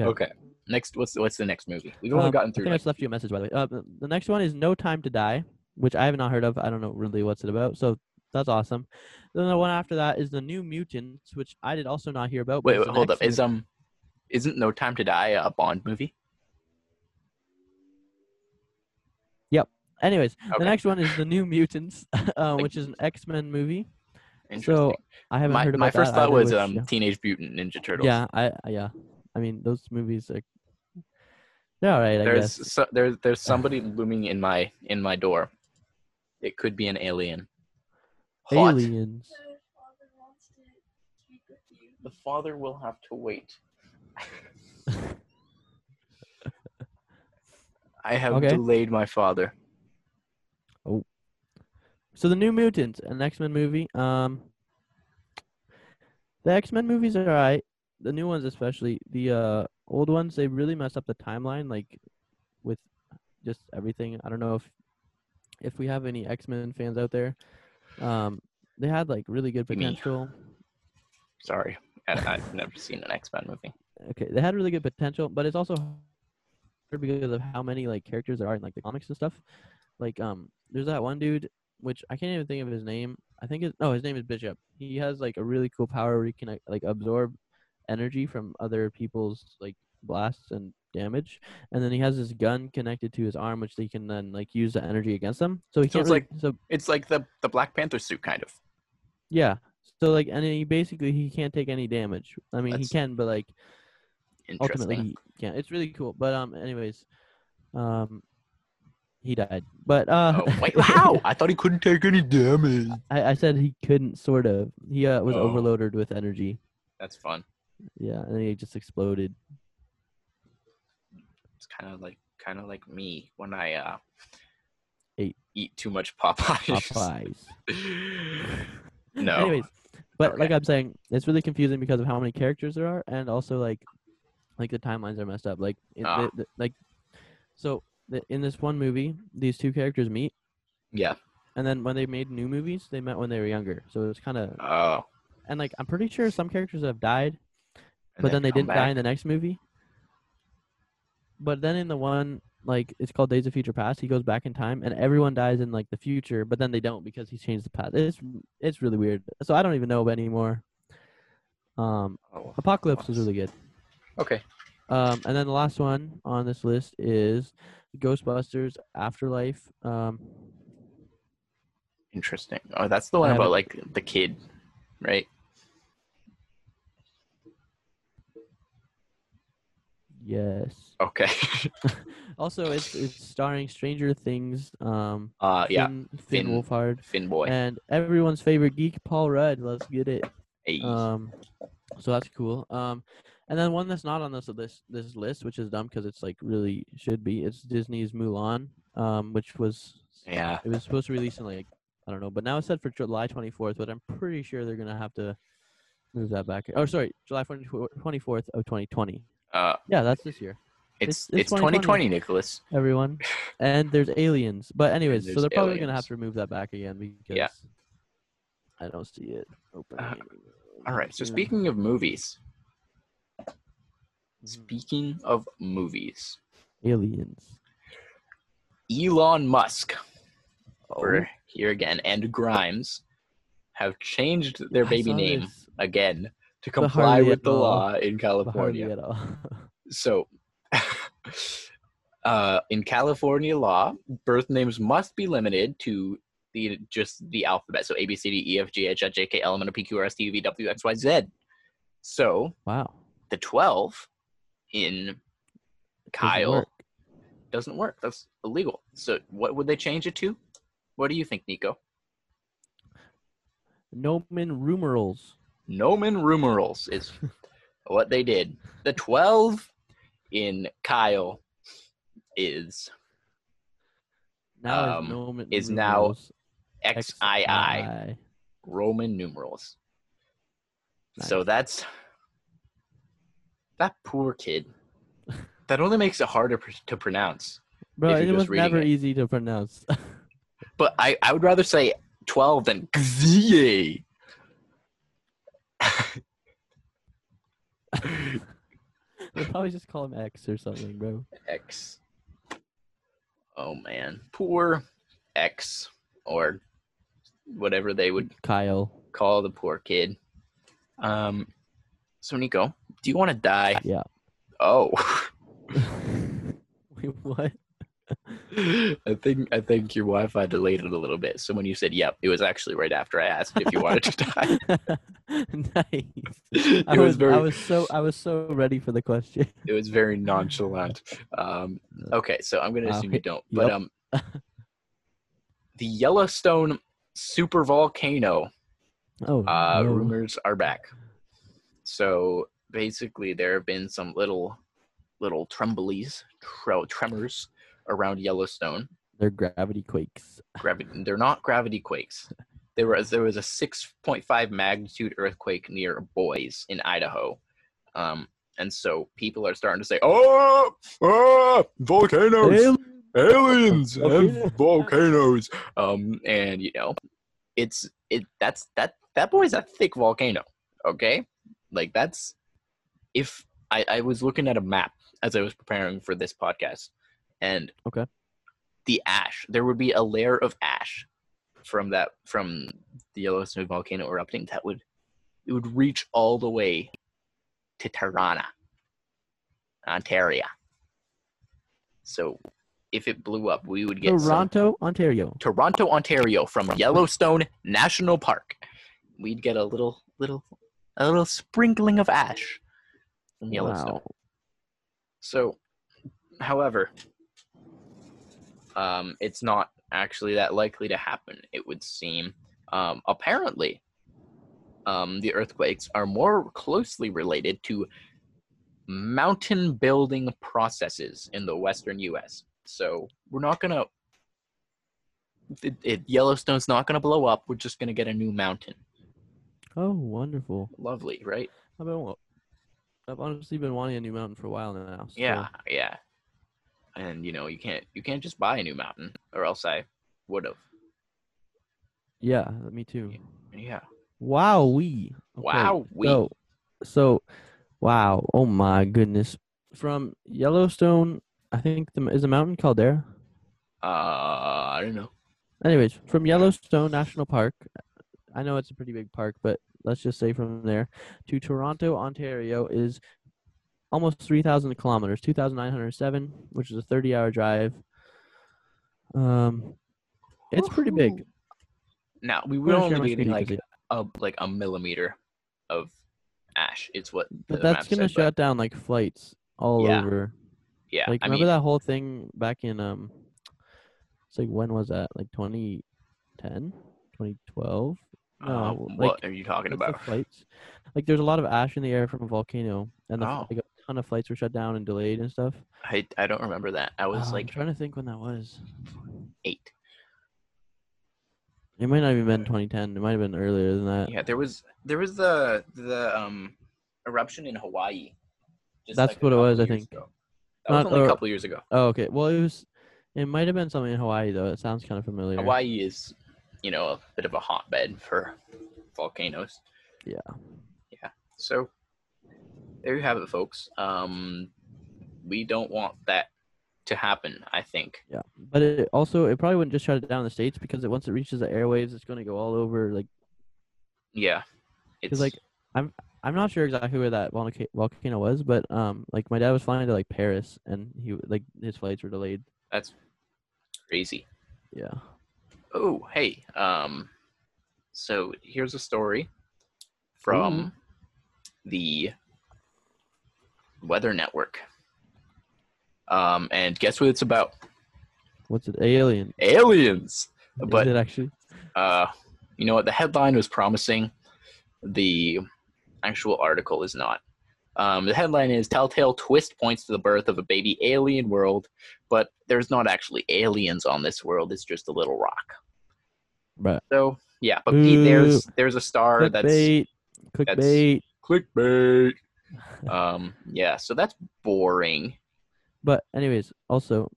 Speaker 2: Okay. Next, what's what's the next movie? We've only
Speaker 1: Um,
Speaker 2: gotten
Speaker 1: I
Speaker 2: through.
Speaker 1: think I
Speaker 2: Like,
Speaker 1: just left you a message by the way. Uh, the the next one is No Time to Die, which I have not heard of. I don't know really what's it about. So that's awesome. Then the one after that is the New Mutants, which I did also not hear about. but
Speaker 2: wait,
Speaker 1: it's
Speaker 2: wait,
Speaker 1: an
Speaker 2: hold up.
Speaker 1: excellent-
Speaker 2: Is um, isn't No Time to Die a Bond movie?
Speaker 1: Anyways,
Speaker 2: Okay.
Speaker 1: the next one is the New Mutants, [laughs] uh,
Speaker 2: Like-
Speaker 1: which is an X Men movie.
Speaker 2: Interesting.
Speaker 1: I haven't
Speaker 2: my
Speaker 1: heard about
Speaker 2: my first
Speaker 1: that
Speaker 2: thought
Speaker 1: either,
Speaker 2: was
Speaker 1: which,
Speaker 2: um,
Speaker 1: yeah.
Speaker 2: Teenage Mutant Ninja Turtles.
Speaker 1: Yeah, I I- yeah, I mean those movies are. They're all right, I guess.
Speaker 2: there's so, there, there's somebody looming in my in my door. It could be an alien. Hot.
Speaker 1: Aliens.
Speaker 2: The father will have to wait. I have
Speaker 1: Okay.
Speaker 2: delayed my father.
Speaker 1: So the New Mutants, an X Men movie. Um, the X Men movies are alright. The new ones, especially the uh, old ones, they really messed up the timeline, like with just everything. I don't know if if we have any X Men fans out there. Um, they had like really good
Speaker 2: You mean-
Speaker 1: potential.
Speaker 2: Sorry, I, I've never seen an X Men movie.
Speaker 1: Okay, they had really good potential, but it's also hard because of how many like characters there are in like the comics and stuff. Like, um, there's that one dude which I can't even think of his name. I think it, no, his name is Bishop. He has like a really cool power where he can like, like absorb energy from other people's like blasts and damage, and then he has this gun connected to his arm, which he can then like use the energy against them. So he
Speaker 2: So
Speaker 1: can't
Speaker 2: it's
Speaker 1: really, so
Speaker 2: It's like the the Black Panther suit, kind of.
Speaker 1: yeah. So like, and he basically he can't take any damage. I mean, he
Speaker 2: That's
Speaker 1: can, but like
Speaker 2: Interesting.
Speaker 1: ultimately he can. It's really cool. But um, anyways, um, he died. But uh,
Speaker 2: oh, wait, wow! I thought he couldn't take any damage.
Speaker 1: [laughs] I, I said he couldn't. Sort of. He uh, was
Speaker 2: Oh.
Speaker 1: overloaded with energy.
Speaker 2: That's fun.
Speaker 1: Yeah, and he just exploded.
Speaker 2: It's kind of like kind of like me when I uh
Speaker 1: Ate.
Speaker 2: eat too much Popeyes.
Speaker 1: Popeyes.
Speaker 2: [laughs] no.
Speaker 1: Anyways, but like
Speaker 2: Okay.
Speaker 1: I'm saying, it's really confusing because of how many characters there are, and also like, like the timelines are messed up. Like, it,
Speaker 2: Ah.
Speaker 1: the- the- like, so the, in this one movie, these two characters meet,
Speaker 2: Yeah.
Speaker 1: and then when they made new movies, they met when they were younger. So it's kind of
Speaker 2: Oh.
Speaker 1: and like I'm pretty sure some characters have died.
Speaker 2: and
Speaker 1: but then they
Speaker 2: come
Speaker 1: didn't die in the next movie. But then in the one like it's called Days of Future Past, he goes back in time and everyone dies in like the future, but then they don't because he's changed the past. It's it's really weird. So I don't even know anymore. Um,
Speaker 2: Oh.
Speaker 1: Apocalypse was
Speaker 2: Nice.
Speaker 1: really good.
Speaker 2: Okay.
Speaker 1: Um, and then the last one on this list is Ghostbusters Afterlife. Um,
Speaker 2: Interesting. Oh, that's the one
Speaker 1: I haven't-
Speaker 2: about like the kid, right?
Speaker 1: yes.
Speaker 2: Okay. [laughs]
Speaker 1: Also, it's it's starring Stranger Things. Um,
Speaker 2: Uh, yeah.
Speaker 1: Finn, Finn
Speaker 2: Finn.
Speaker 1: Wolfhard.
Speaker 2: Finn boy.
Speaker 1: and everyone's favorite geek, Paul Rudd. Let's get it.
Speaker 2: Hey.
Speaker 1: Um, so that's cool. Um, and then one that's not on this list, this list, which is dumb because it's like really should be. It's Disney's Mulan, um, which was
Speaker 2: yeah.
Speaker 1: it was supposed to release in like I don't know, but now it's set for July 24th. But I'm pretty sure they're gonna have to move that back. Oh, sorry, July 24 24th of 2020.
Speaker 2: Uh,
Speaker 1: Yeah, that's this year, It's-
Speaker 2: it's
Speaker 1: it's
Speaker 2: it's 2020, Nicholas. [laughs]
Speaker 1: everyone. and there's aliens, but anyways, so
Speaker 2: there's
Speaker 1: they're probably gonna
Speaker 2: aliens.
Speaker 1: have to move that back again because
Speaker 2: Yeah.
Speaker 1: I don't see it opening.
Speaker 2: Uh, All right. So
Speaker 1: Yeah.
Speaker 2: speaking of movies,
Speaker 1: Mhm.
Speaker 2: speaking of movies,
Speaker 1: aliens.
Speaker 2: Elon Musk,
Speaker 1: Oh,
Speaker 2: we're here again, and Grimes have changed their
Speaker 1: I
Speaker 2: baby
Speaker 1: saw
Speaker 2: name
Speaker 1: this,
Speaker 2: again
Speaker 1: The
Speaker 2: to
Speaker 1: uh,
Speaker 2: comply
Speaker 1: Harley
Speaker 2: with the
Speaker 1: Atwell.
Speaker 2: law in
Speaker 1: but hardly
Speaker 2: California.
Speaker 1: at all. [laughs]
Speaker 2: So, [laughs] uh, in California law, birth names must be limited to the just the alphabet. So A B C D E F G H I J K L M N O P Q R S T U V W X Y Z. So
Speaker 1: Wow.
Speaker 2: the twelve in
Speaker 1: Doesn't
Speaker 2: Kyle
Speaker 1: work.
Speaker 2: doesn't work. That's illegal. So what would they change it to? What do you think, Nico?
Speaker 1: Nomen rumerals.
Speaker 2: Nomen rumerals
Speaker 1: [laughs]
Speaker 2: is what they did. The 12 in Kyle is
Speaker 1: Now
Speaker 2: Um,
Speaker 1: is nomen
Speaker 2: is now
Speaker 1: rumerals,
Speaker 2: XII, Roman numerals. So
Speaker 1: Nice.
Speaker 2: that's that poor kid. That only makes it harder pr- to pronounce.
Speaker 1: Bro,
Speaker 2: if you're
Speaker 1: it
Speaker 2: just
Speaker 1: was
Speaker 2: reading
Speaker 1: never
Speaker 2: it.
Speaker 1: easy to pronounce.
Speaker 2: [laughs]
Speaker 1: [laughs]
Speaker 2: But I, I would rather say 12 than XIE. [laughs]
Speaker 1: they probably just call him X or something, bro.
Speaker 2: X. Oh man, poor X or whatever they would
Speaker 1: Kyle.
Speaker 2: call the poor kid. Um, so Nico, do you want to die?
Speaker 1: Yeah. [laughs]
Speaker 2: Oh, [laughs]
Speaker 1: Wait, what?
Speaker 2: I think I think your Wi-Fi delayed it a little bit. So when you said "yep," it was actually right after I asked if you wanted to
Speaker 1: [laughs]
Speaker 2: die.
Speaker 1: nice.
Speaker 2: it
Speaker 1: I
Speaker 2: was,
Speaker 1: was,
Speaker 2: very
Speaker 1: I was so I was so ready for the question. [laughs]
Speaker 2: it was very nonchalant. Um, okay, so I'm gonna
Speaker 1: Wow.
Speaker 2: assume you don't. But
Speaker 1: Yep.
Speaker 2: um, the Yellowstone super volcano
Speaker 1: Oh,
Speaker 2: Uh,
Speaker 1: no.
Speaker 2: rumors are back. So basically, there have been some little, little tremblies, tre- tremors around Yellowstone.
Speaker 1: they're gravity quakes.
Speaker 2: Gravity, they're not gravity quakes. There was there was a 6.5 magnitude earthquake near Boise in Idaho, um, and so people are starting to say, "Oh, ah, volcanoes!" aliens and volcanoes. Um, and you know, it's it that's that that boy's a thick volcano. Okay, like that's if I I was looking at a map as I was preparing for this podcast, and
Speaker 1: Okay.
Speaker 2: the ash there would be a layer of ash from that from the Yellowstone volcano erupting that would it would reach all the way to Tirana, Ontario. So if it blew up, we would get some-
Speaker 1: Toronto, Ontario.
Speaker 2: Toronto, Ontario, from Yellowstone National Park. We'd get a little, little, a little sprinkling of ash from Yellowstone.
Speaker 1: Wow.
Speaker 2: So, however, um, it's not actually that likely to happen. It would seem. Um, apparently, um, the earthquakes are more closely related to mountain building processes in the western U.S. So we're not gonna. It, it, Yellowstone's not gonna blow up. We're just gonna get a new mountain.
Speaker 1: Oh, wonderful.
Speaker 2: Lovely, right?
Speaker 1: I've been, wa- I've honestly been wanting a new mountain for a while now. so-
Speaker 2: Yeah, yeah. And you know, you can't you can't just buy a new mountain, or else I would have.
Speaker 1: Yeah, me too.
Speaker 2: Yeah.
Speaker 1: Wow, we.
Speaker 2: Wow. We.
Speaker 1: So, so, wow. Oh my goodness. From Yellowstone, I think the, is a mountain called there.
Speaker 2: Uh, I don't know.
Speaker 1: Anyways, from Yellowstone National Park, I know it's a pretty big park, but let's just say from there to Toronto, Ontario is almost 3,000 kilometers, 2,907, which is a 30 hour drive. Um, it's pretty big.
Speaker 2: Woohoo. Now we
Speaker 1: I'm
Speaker 2: would
Speaker 1: gonna share
Speaker 2: only
Speaker 1: my screen so you
Speaker 2: be
Speaker 1: can
Speaker 2: like
Speaker 1: see it.
Speaker 2: a like a millimeter of ash. It's what.
Speaker 1: But
Speaker 2: the
Speaker 1: that's
Speaker 2: map
Speaker 1: gonna
Speaker 2: said, but
Speaker 1: shut down like flights all
Speaker 2: Yeah.
Speaker 1: over.
Speaker 2: Yeah.
Speaker 1: Like
Speaker 2: I
Speaker 1: remember
Speaker 2: mean,
Speaker 1: that whole thing back in um it's like when was that? Like 2010, 2012?
Speaker 2: uh,
Speaker 1: no,
Speaker 2: what
Speaker 1: like,
Speaker 2: are you talking
Speaker 1: What's the
Speaker 2: about?
Speaker 1: flights. Like there's a lot of ash in the air from a volcano and the,
Speaker 2: Oh.
Speaker 1: like a ton of flights were shut down and delayed and stuff.
Speaker 2: I I don't remember that. I was
Speaker 1: Uh, I'm
Speaker 2: like
Speaker 1: trying to think when that was.
Speaker 2: eight.
Speaker 1: It might not even been 2010. It might have been earlier than that.
Speaker 2: Yeah. There was there was the the um eruption in Hawaii. Just
Speaker 1: That's
Speaker 2: like a
Speaker 1: what it was,
Speaker 2: couple
Speaker 1: I
Speaker 2: years
Speaker 1: think.
Speaker 2: ago. That was
Speaker 1: Not-
Speaker 2: only a
Speaker 1: or-
Speaker 2: couple years ago.
Speaker 1: Oh, okay. Well, it was it might have been something in Hawaii though. It sounds kind of familiar.
Speaker 2: Hawaii is, you know, a bit of a hotbed for volcanoes.
Speaker 1: Yeah.
Speaker 2: Yeah. So there you have it, folks. Um, we don't want that to happen. I think.
Speaker 1: Yeah, but it also it probably wouldn't just shut it down in the states because it, once it reaches the airwaves, it's going to go all over. Like,
Speaker 2: Yeah. It's
Speaker 1: because like I'm I'm not sure exactly where that volcano volcano was, but um like my dad was flying to like Paris and he w- like his flights were delayed.
Speaker 2: that's crazy.
Speaker 1: Yeah,
Speaker 2: oh hey um so here's a story from the weather network um and guess what it's about
Speaker 1: What's it? Alien.
Speaker 2: aliens But-
Speaker 1: Is it actually?
Speaker 2: uh you know what the headline was promising the actual article is not um, the headline is telltale twist points to the birth of a baby alien world but there's not actually aliens on this world it's just a little rock
Speaker 1: Right.
Speaker 2: so yeah but Pete, there's
Speaker 1: Boo.
Speaker 2: there's a star that's
Speaker 1: Clickbait.
Speaker 2: that's-
Speaker 1: Clickbait.
Speaker 2: clickbait. um, yeah, so that's boring.
Speaker 1: But anyways, also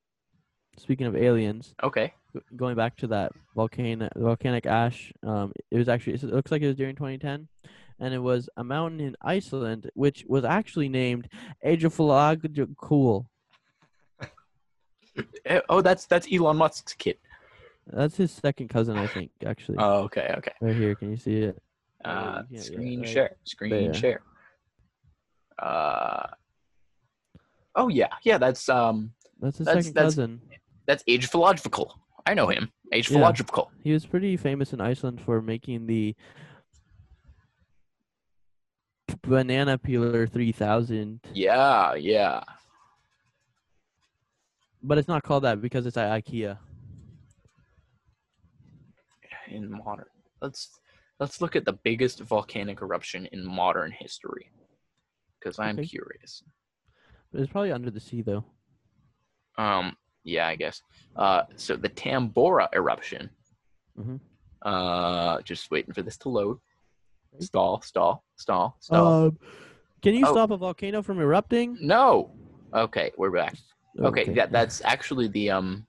Speaker 1: speaking of aliens,
Speaker 2: Okay.
Speaker 1: g- going back to that volcano volcanic ash, um, it was actually it looks like it was during 2010, and it was a mountain in Iceland which was actually named Eyjafjallajökull.
Speaker 2: Eh, Oh, that's that's Elon Musk's kid.
Speaker 1: That's his second cousin, I think. Actually,
Speaker 2: Oh, okay, okay.
Speaker 1: right here, can you see it?
Speaker 2: Uh,
Speaker 1: Oh, Yeah, yeah,
Speaker 2: screen
Speaker 1: right
Speaker 2: share, screen
Speaker 1: there.
Speaker 2: share. Uh, oh yeah, yeah. That's um,
Speaker 1: That's his
Speaker 2: That's-
Speaker 1: second
Speaker 2: that's-
Speaker 1: cousin.
Speaker 2: that's age philological. I know him. Age
Speaker 1: Yeah.
Speaker 2: philological.
Speaker 1: He was pretty famous in Iceland for making the banana peeler 3000
Speaker 2: Yeah, yeah.
Speaker 1: But it's not called that because it's at IKEA.
Speaker 2: In modern, let's let's look at the biggest volcanic eruption in modern history, because I'm
Speaker 1: Okay.
Speaker 2: curious.
Speaker 1: But it's probably under the sea though.
Speaker 2: Um, yeah, I guess. Uh, so the Tambora eruption.
Speaker 1: Mhm.
Speaker 2: Uh, just waiting for this to load. Stall, stall, stall, stall.
Speaker 1: Um, can you
Speaker 2: Oh.
Speaker 1: stop a volcano from erupting?
Speaker 2: no. Okay, we're back. Okay,
Speaker 1: [laughs]
Speaker 2: that that's actually the um.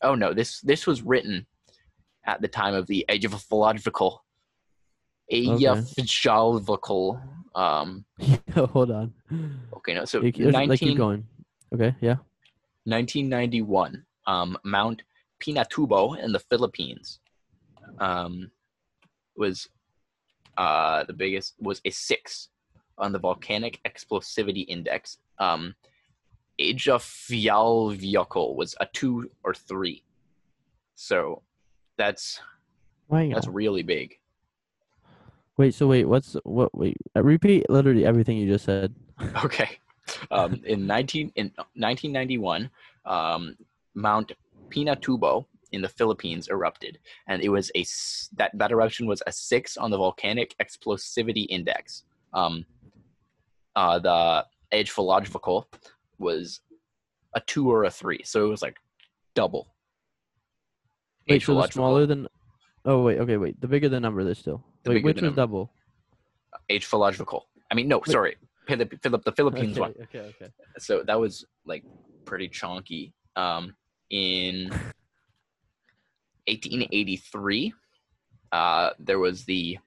Speaker 2: Oh no, this this was written at the time of the age of philological, philological. Um.
Speaker 1: Yo, Hold on.
Speaker 2: Okay, no. So
Speaker 1: You keep- Like keep
Speaker 2: 19,
Speaker 1: going. Okay, yeah.
Speaker 2: 1991, um, Mount Pinatubo in the Philippines um, was uh, the biggest was a six on the volcanic explosivity index. Um, Eyjafjallajökull was a two or three, so that's
Speaker 1: Wow.
Speaker 2: that's really big.
Speaker 1: Wait, so wait, what's what? Wait, uh, repeat literally everything you just said.
Speaker 2: Okay. Um, in 19 in 1991, um, Mount Pinatubo in the Philippines erupted, and it was a s- that that eruption was a six on the volcanic explosivity index. Um, uh, the age philological was a two or a three, so it was like double.
Speaker 1: Wait, so the
Speaker 2: Ageological-
Speaker 1: smaller than. Oh wait, okay, wait. The bigger the number, there's still.
Speaker 2: The
Speaker 1: wait,
Speaker 2: bigger
Speaker 1: which
Speaker 2: the
Speaker 1: was
Speaker 2: number.
Speaker 1: double?
Speaker 2: age philological. I mean, no, sorry, Philip, Philip, the Philippines
Speaker 1: Okay,
Speaker 2: one.
Speaker 1: okay, okay.
Speaker 2: so that was like pretty chonky. Um, in 1883, uh, there was the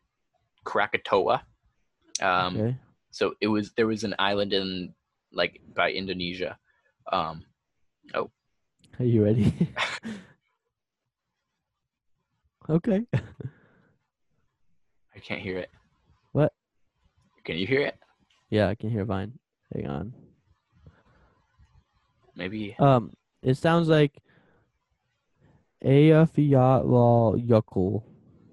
Speaker 2: Krakatoa. Um,
Speaker 1: okay.
Speaker 2: So it was there was an island in like by Indonesia. Um,
Speaker 1: Are you
Speaker 2: [laughs]
Speaker 1: ready? [laughs] okay. [laughs]
Speaker 2: I can't hear it.
Speaker 1: What?
Speaker 2: Can you hear it?
Speaker 1: Yeah, I can hear Vine. Hang on.
Speaker 2: Maybe.
Speaker 1: Um, it sounds like Eyjafjallajökull.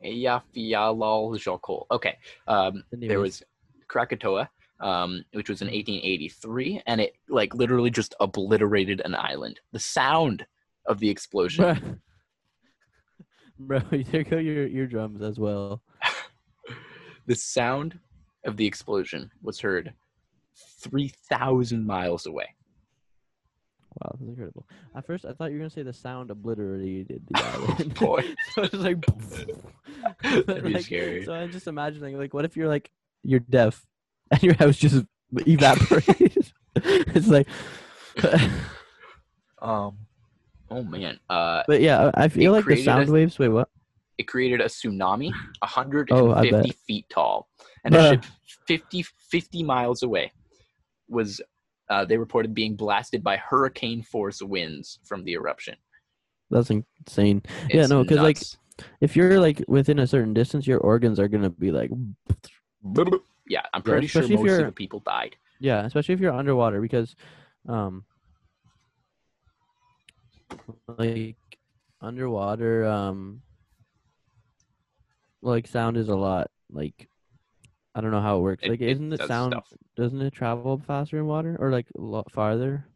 Speaker 2: Eyjafjallajökull. Okay. Um, there
Speaker 1: Anyways,
Speaker 2: was Krakatoa, um, which was in
Speaker 1: Mm-hmm.
Speaker 2: 1883, and it like literally just obliterated an island. The sound of
Speaker 1: [laughs]
Speaker 2: the explosion.
Speaker 1: Bruh. Bro, [laughs] there go your eardrums as well.
Speaker 2: the sound of the explosion was heard 3,000 miles away.
Speaker 1: Wow, that's incredible. At first, I thought you were gonna say the sound obliterated
Speaker 2: [laughs]
Speaker 1: the island. [laughs]
Speaker 2: Boy,
Speaker 1: so it's like, [laughs]
Speaker 2: that'd be
Speaker 1: like,
Speaker 2: scary.
Speaker 1: So I'm just imagining, like, what if you're like you're deaf [laughs] and your house just evaporates? [laughs] it's like,
Speaker 2: Um, oh man, uh,
Speaker 1: but yeah, I I feel like the
Speaker 2: created a-
Speaker 1: sound waves. Wait, what?
Speaker 2: it created a tsunami 150
Speaker 1: Oh, I bet.
Speaker 2: feet tall, and
Speaker 1: [laughs]
Speaker 2: a
Speaker 1: Bruh.
Speaker 2: ship 50 50 miles away was. Uh, they reported being blasted by hurricane force winds from the eruption.
Speaker 1: That's insane. Yeah,
Speaker 2: It's
Speaker 1: no, 'cause, like,
Speaker 2: nuts.
Speaker 1: if you're like within a certain distance, your organs are gonna be like,
Speaker 2: yeah, I'm pretty sure
Speaker 1: especially if
Speaker 2: most of
Speaker 1: you're-
Speaker 2: the people died.
Speaker 1: yeah, especially if you're underwater because, um, like underwater, um, like sound is a lot like I don't know how it works.
Speaker 2: It-
Speaker 1: Like
Speaker 2: it
Speaker 1: isn't the
Speaker 2: does
Speaker 1: sound
Speaker 2: stuff.
Speaker 1: doesn't it travel faster in water or like a lot farther?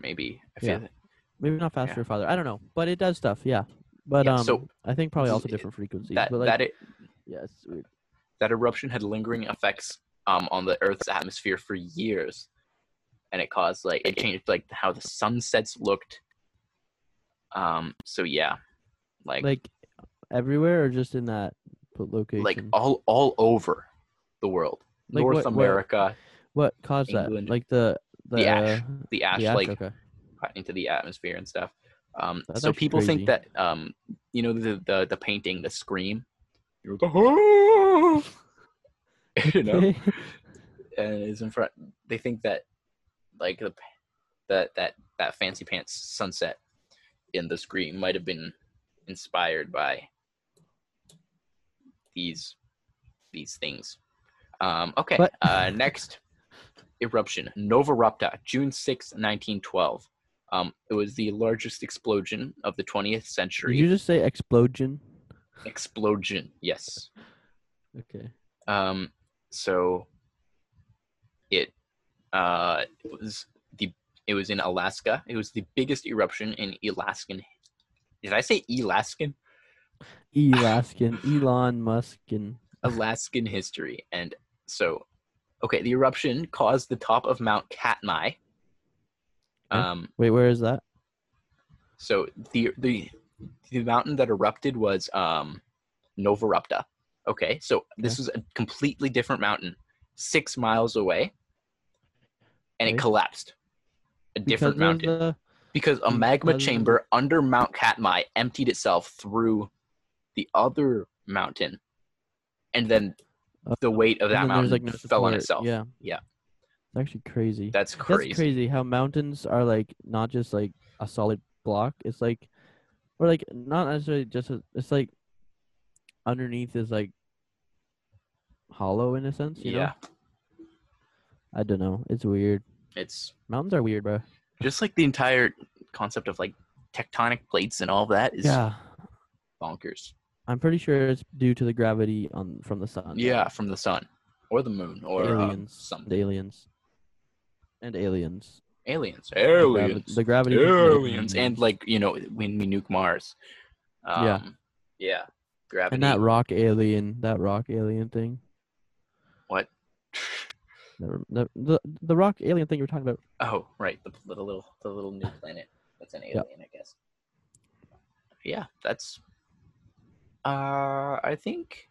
Speaker 2: Maybe I
Speaker 1: Yeah.
Speaker 2: feel it.
Speaker 1: Maybe not faster or farther. I don't know, but it does stuff. Yeah. But
Speaker 2: Yeah,
Speaker 1: um
Speaker 2: so
Speaker 1: I think probably
Speaker 2: this-
Speaker 1: also
Speaker 2: it-
Speaker 1: different frequencies.
Speaker 2: that
Speaker 1: but like
Speaker 2: that it,
Speaker 1: yeah, it's weird.
Speaker 2: that eruption had lingering effects um, on the Earth's atmosphere for years, and it caused like it changed like how the sunsets looked. Um. So yeah, like like,
Speaker 1: like everywhere or just in that p- location.
Speaker 2: all all over the world,
Speaker 1: Like,
Speaker 2: North
Speaker 1: what- what-
Speaker 2: America,
Speaker 1: what caused
Speaker 2: England.
Speaker 1: that? Like the the,
Speaker 2: The ash.
Speaker 1: uh,
Speaker 2: the ash,
Speaker 1: the ash?
Speaker 2: like
Speaker 1: okay.
Speaker 2: into the atmosphere and stuff. Um.
Speaker 1: That's
Speaker 2: so
Speaker 1: actually
Speaker 2: people think that
Speaker 1: crazy.
Speaker 2: um, you know the the the painting, the scream. You're
Speaker 1: "Ah!"
Speaker 2: like, [laughs]
Speaker 1: [laughs]
Speaker 2: you know. and is in front. They think that, like the, p- that that that fancy pants sunset in the screen might have been inspired by these these things. Um, okay,
Speaker 1: But-
Speaker 2: uh, next eruption, Nova Rupta, June 6, 1912. Um, it was the largest explosion of the 20th
Speaker 1: Did
Speaker 2: century.
Speaker 1: you just say explosion?
Speaker 2: explosion, yes.
Speaker 1: Okay.
Speaker 2: Um, so it uh, it was the it was in Alaska. It was the biggest eruption in Alaskan. Did I say Alaskan?
Speaker 1: Elaskin,
Speaker 2: [laughs]
Speaker 1: Elon Muskin.
Speaker 2: Alaskan history. And so, okay, the eruption caused the top of Mount Katmai.
Speaker 1: Okay.
Speaker 2: Um,
Speaker 1: Wait, where is that?
Speaker 2: so the the the mountain that erupted was um, Novarupta. Okay, so this was a completely different mountain, six miles away, and it
Speaker 1: Okay.
Speaker 2: collapsed. A different
Speaker 1: Because
Speaker 2: mountain
Speaker 1: there's a-
Speaker 2: because a magma
Speaker 1: because-
Speaker 2: chamber under Mount Katmai emptied itself through the other mountain, and then
Speaker 1: Uh,
Speaker 2: the weight of that
Speaker 1: and then
Speaker 2: mountain
Speaker 1: there's, like, no
Speaker 2: fell on
Speaker 1: support.
Speaker 2: itself.
Speaker 1: Yeah.
Speaker 2: Yeah.
Speaker 1: It's actually crazy.
Speaker 2: That's
Speaker 1: That's
Speaker 2: crazy.
Speaker 1: crazy how mountains are like not just like a solid block. It's like, or like not necessarily just. A, it's like underneath is like hollow in a sense. You
Speaker 2: Yeah,
Speaker 1: Know? I don't know. It's weird.
Speaker 2: it's
Speaker 1: Mountains are weird, bro.
Speaker 2: just like the entire concept of like tectonic plates and all that is
Speaker 1: Yeah.
Speaker 2: bonkers.
Speaker 1: I'm pretty sure it's due to the gravity on from the sun.
Speaker 2: Yeah, from the sun or the moon or um,
Speaker 1: aliens.
Speaker 2: something.
Speaker 1: the aliens. And aliens.
Speaker 2: Aliens.
Speaker 1: The gravi-
Speaker 2: Aliens.
Speaker 1: The gravity. just made
Speaker 2: Aliens. And
Speaker 1: humans.
Speaker 2: like, you know, when we nuke Mars. Um,
Speaker 1: Mm-hmm. Yeah.
Speaker 2: Yeah. Gravity.
Speaker 1: and that rock alien, that rock alien thing.
Speaker 2: What?
Speaker 1: Never, the, the the rock alien thing you were talking about.
Speaker 2: Oh, right. The, the little the little new planet. That's an
Speaker 1: Yeah.
Speaker 2: alien, I guess. Yeah, that's uh I think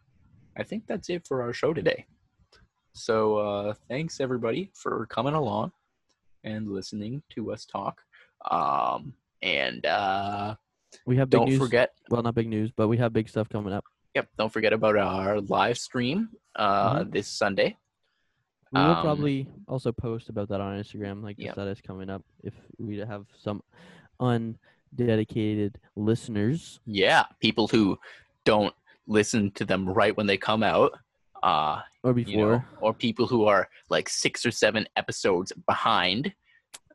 Speaker 2: I think that's it for our show today. So uh thanks everybody for coming along and listening to us talk. Um and uh
Speaker 1: We have big
Speaker 2: don't
Speaker 1: news.
Speaker 2: forget
Speaker 1: Well, not big news, but we have big stuff coming up.
Speaker 2: Yep. Don't forget about our live stream uh,
Speaker 1: Mm-hmm.
Speaker 2: this Sunday.
Speaker 1: We will
Speaker 2: Um,
Speaker 1: probably also post about that on Instagram, like the
Speaker 2: Yep.
Speaker 1: status coming up, if we have some undedicated listeners.
Speaker 2: Yeah. People who don't listen to them right when they come out, uh,
Speaker 1: Or before,
Speaker 2: you know, or people who are like six or seven episodes behind.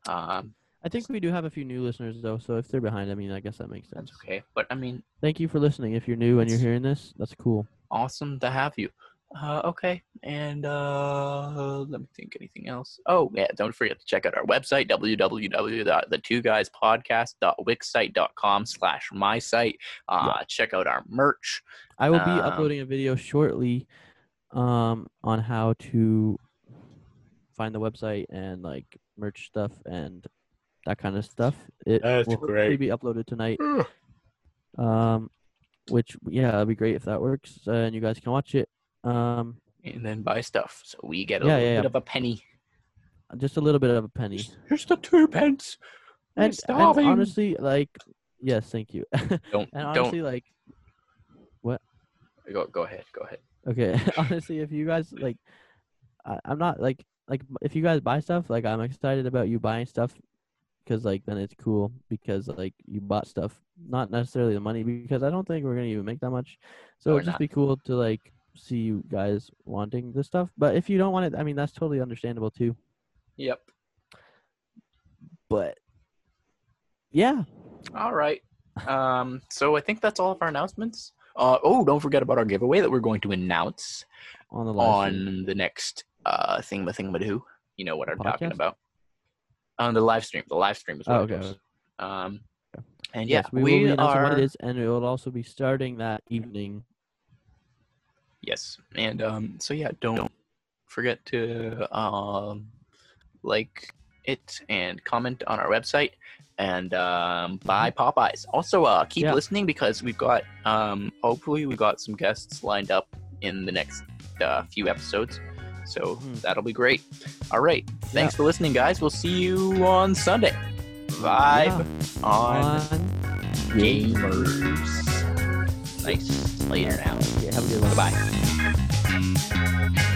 Speaker 2: Um,
Speaker 1: I think we do have a few new listeners though. So if they're behind, I mean, I guess that makes sense.
Speaker 2: that's okay. But I mean,
Speaker 1: Thank you for listening. If you're new and you're
Speaker 2: It's-
Speaker 1: hearing this, that's cool.
Speaker 2: awesome to have you. Uh, okay. And uh, let me think anything else. Oh, yeah. Don't forget to check out our website, www.thetwoguyspodcast.wixsite.com slash my site. Uh, Check out our merch.
Speaker 1: I will be
Speaker 2: Um,
Speaker 1: uploading a video shortly um, on how to find the website and like merch stuff and that kind of stuff. It
Speaker 2: That's
Speaker 1: will hopefully
Speaker 2: great.
Speaker 1: be uploaded tonight.
Speaker 2: Ugh.
Speaker 1: Um, which yeah, that'd be great if that works uh, and you guys can watch it. Um,
Speaker 2: and then buy stuff. So we get a
Speaker 1: Yeah,
Speaker 2: little
Speaker 1: yeah,
Speaker 2: bit
Speaker 1: yeah.
Speaker 2: of a penny.
Speaker 1: just a little bit of a penny.
Speaker 2: Here's the two
Speaker 1: [laughs]
Speaker 2: pence. We're
Speaker 1: And, and
Speaker 2: starving.
Speaker 1: honestly, like yes, thank you. [laughs] and
Speaker 2: don't
Speaker 1: honestly, like
Speaker 2: don't go, go ahead. Go ahead. [laughs]
Speaker 1: Okay. [laughs] Honestly, if you guys like, I, I'm not like like b- if you guys buy stuff, like I'm excited about you buying stuff, because like then it's cool because like you bought stuff, not necessarily the money because I don't think we're gonna even make that much, so
Speaker 2: No, we're
Speaker 1: it'd just
Speaker 2: not.
Speaker 1: be cool to like see you guys wanting this stuff. But if you don't want it, I mean that's totally understandable too.
Speaker 2: Yep.
Speaker 1: But yeah,
Speaker 2: All right. Um, so I think that's all of our announcements. Uh, oh, don't forget about our giveaway that we're going to announce
Speaker 1: on the live stream.
Speaker 2: on the next uh thingamathingamadoo. You know what I'm talking
Speaker 1: Podcast?
Speaker 2: about. On the live stream. The live stream is what
Speaker 1: Oh,
Speaker 2: it
Speaker 1: okay,
Speaker 2: was. Um and
Speaker 1: yes,
Speaker 2: yeah,
Speaker 1: we,
Speaker 2: we,
Speaker 1: will be announcing
Speaker 2: are
Speaker 1: what it is, and it will also be starting that evening.
Speaker 2: Yes. And um so yeah, don't forget to um like it and comment on our website and um buy Popeyes. Also uh keep
Speaker 1: Mm-hmm. Yeah.
Speaker 2: listening because we've got um hopefully we've got some guests lined up in the next uh, few episodes. So
Speaker 1: Mhm.
Speaker 2: that'll be great. All right. Thanks for listening guys. We'll see you on Sunday.
Speaker 1: Yeah.
Speaker 2: Vibe on
Speaker 1: On-
Speaker 2: gamers. Nice. Later now.
Speaker 1: Yeah, have a good one.
Speaker 2: Bye bye.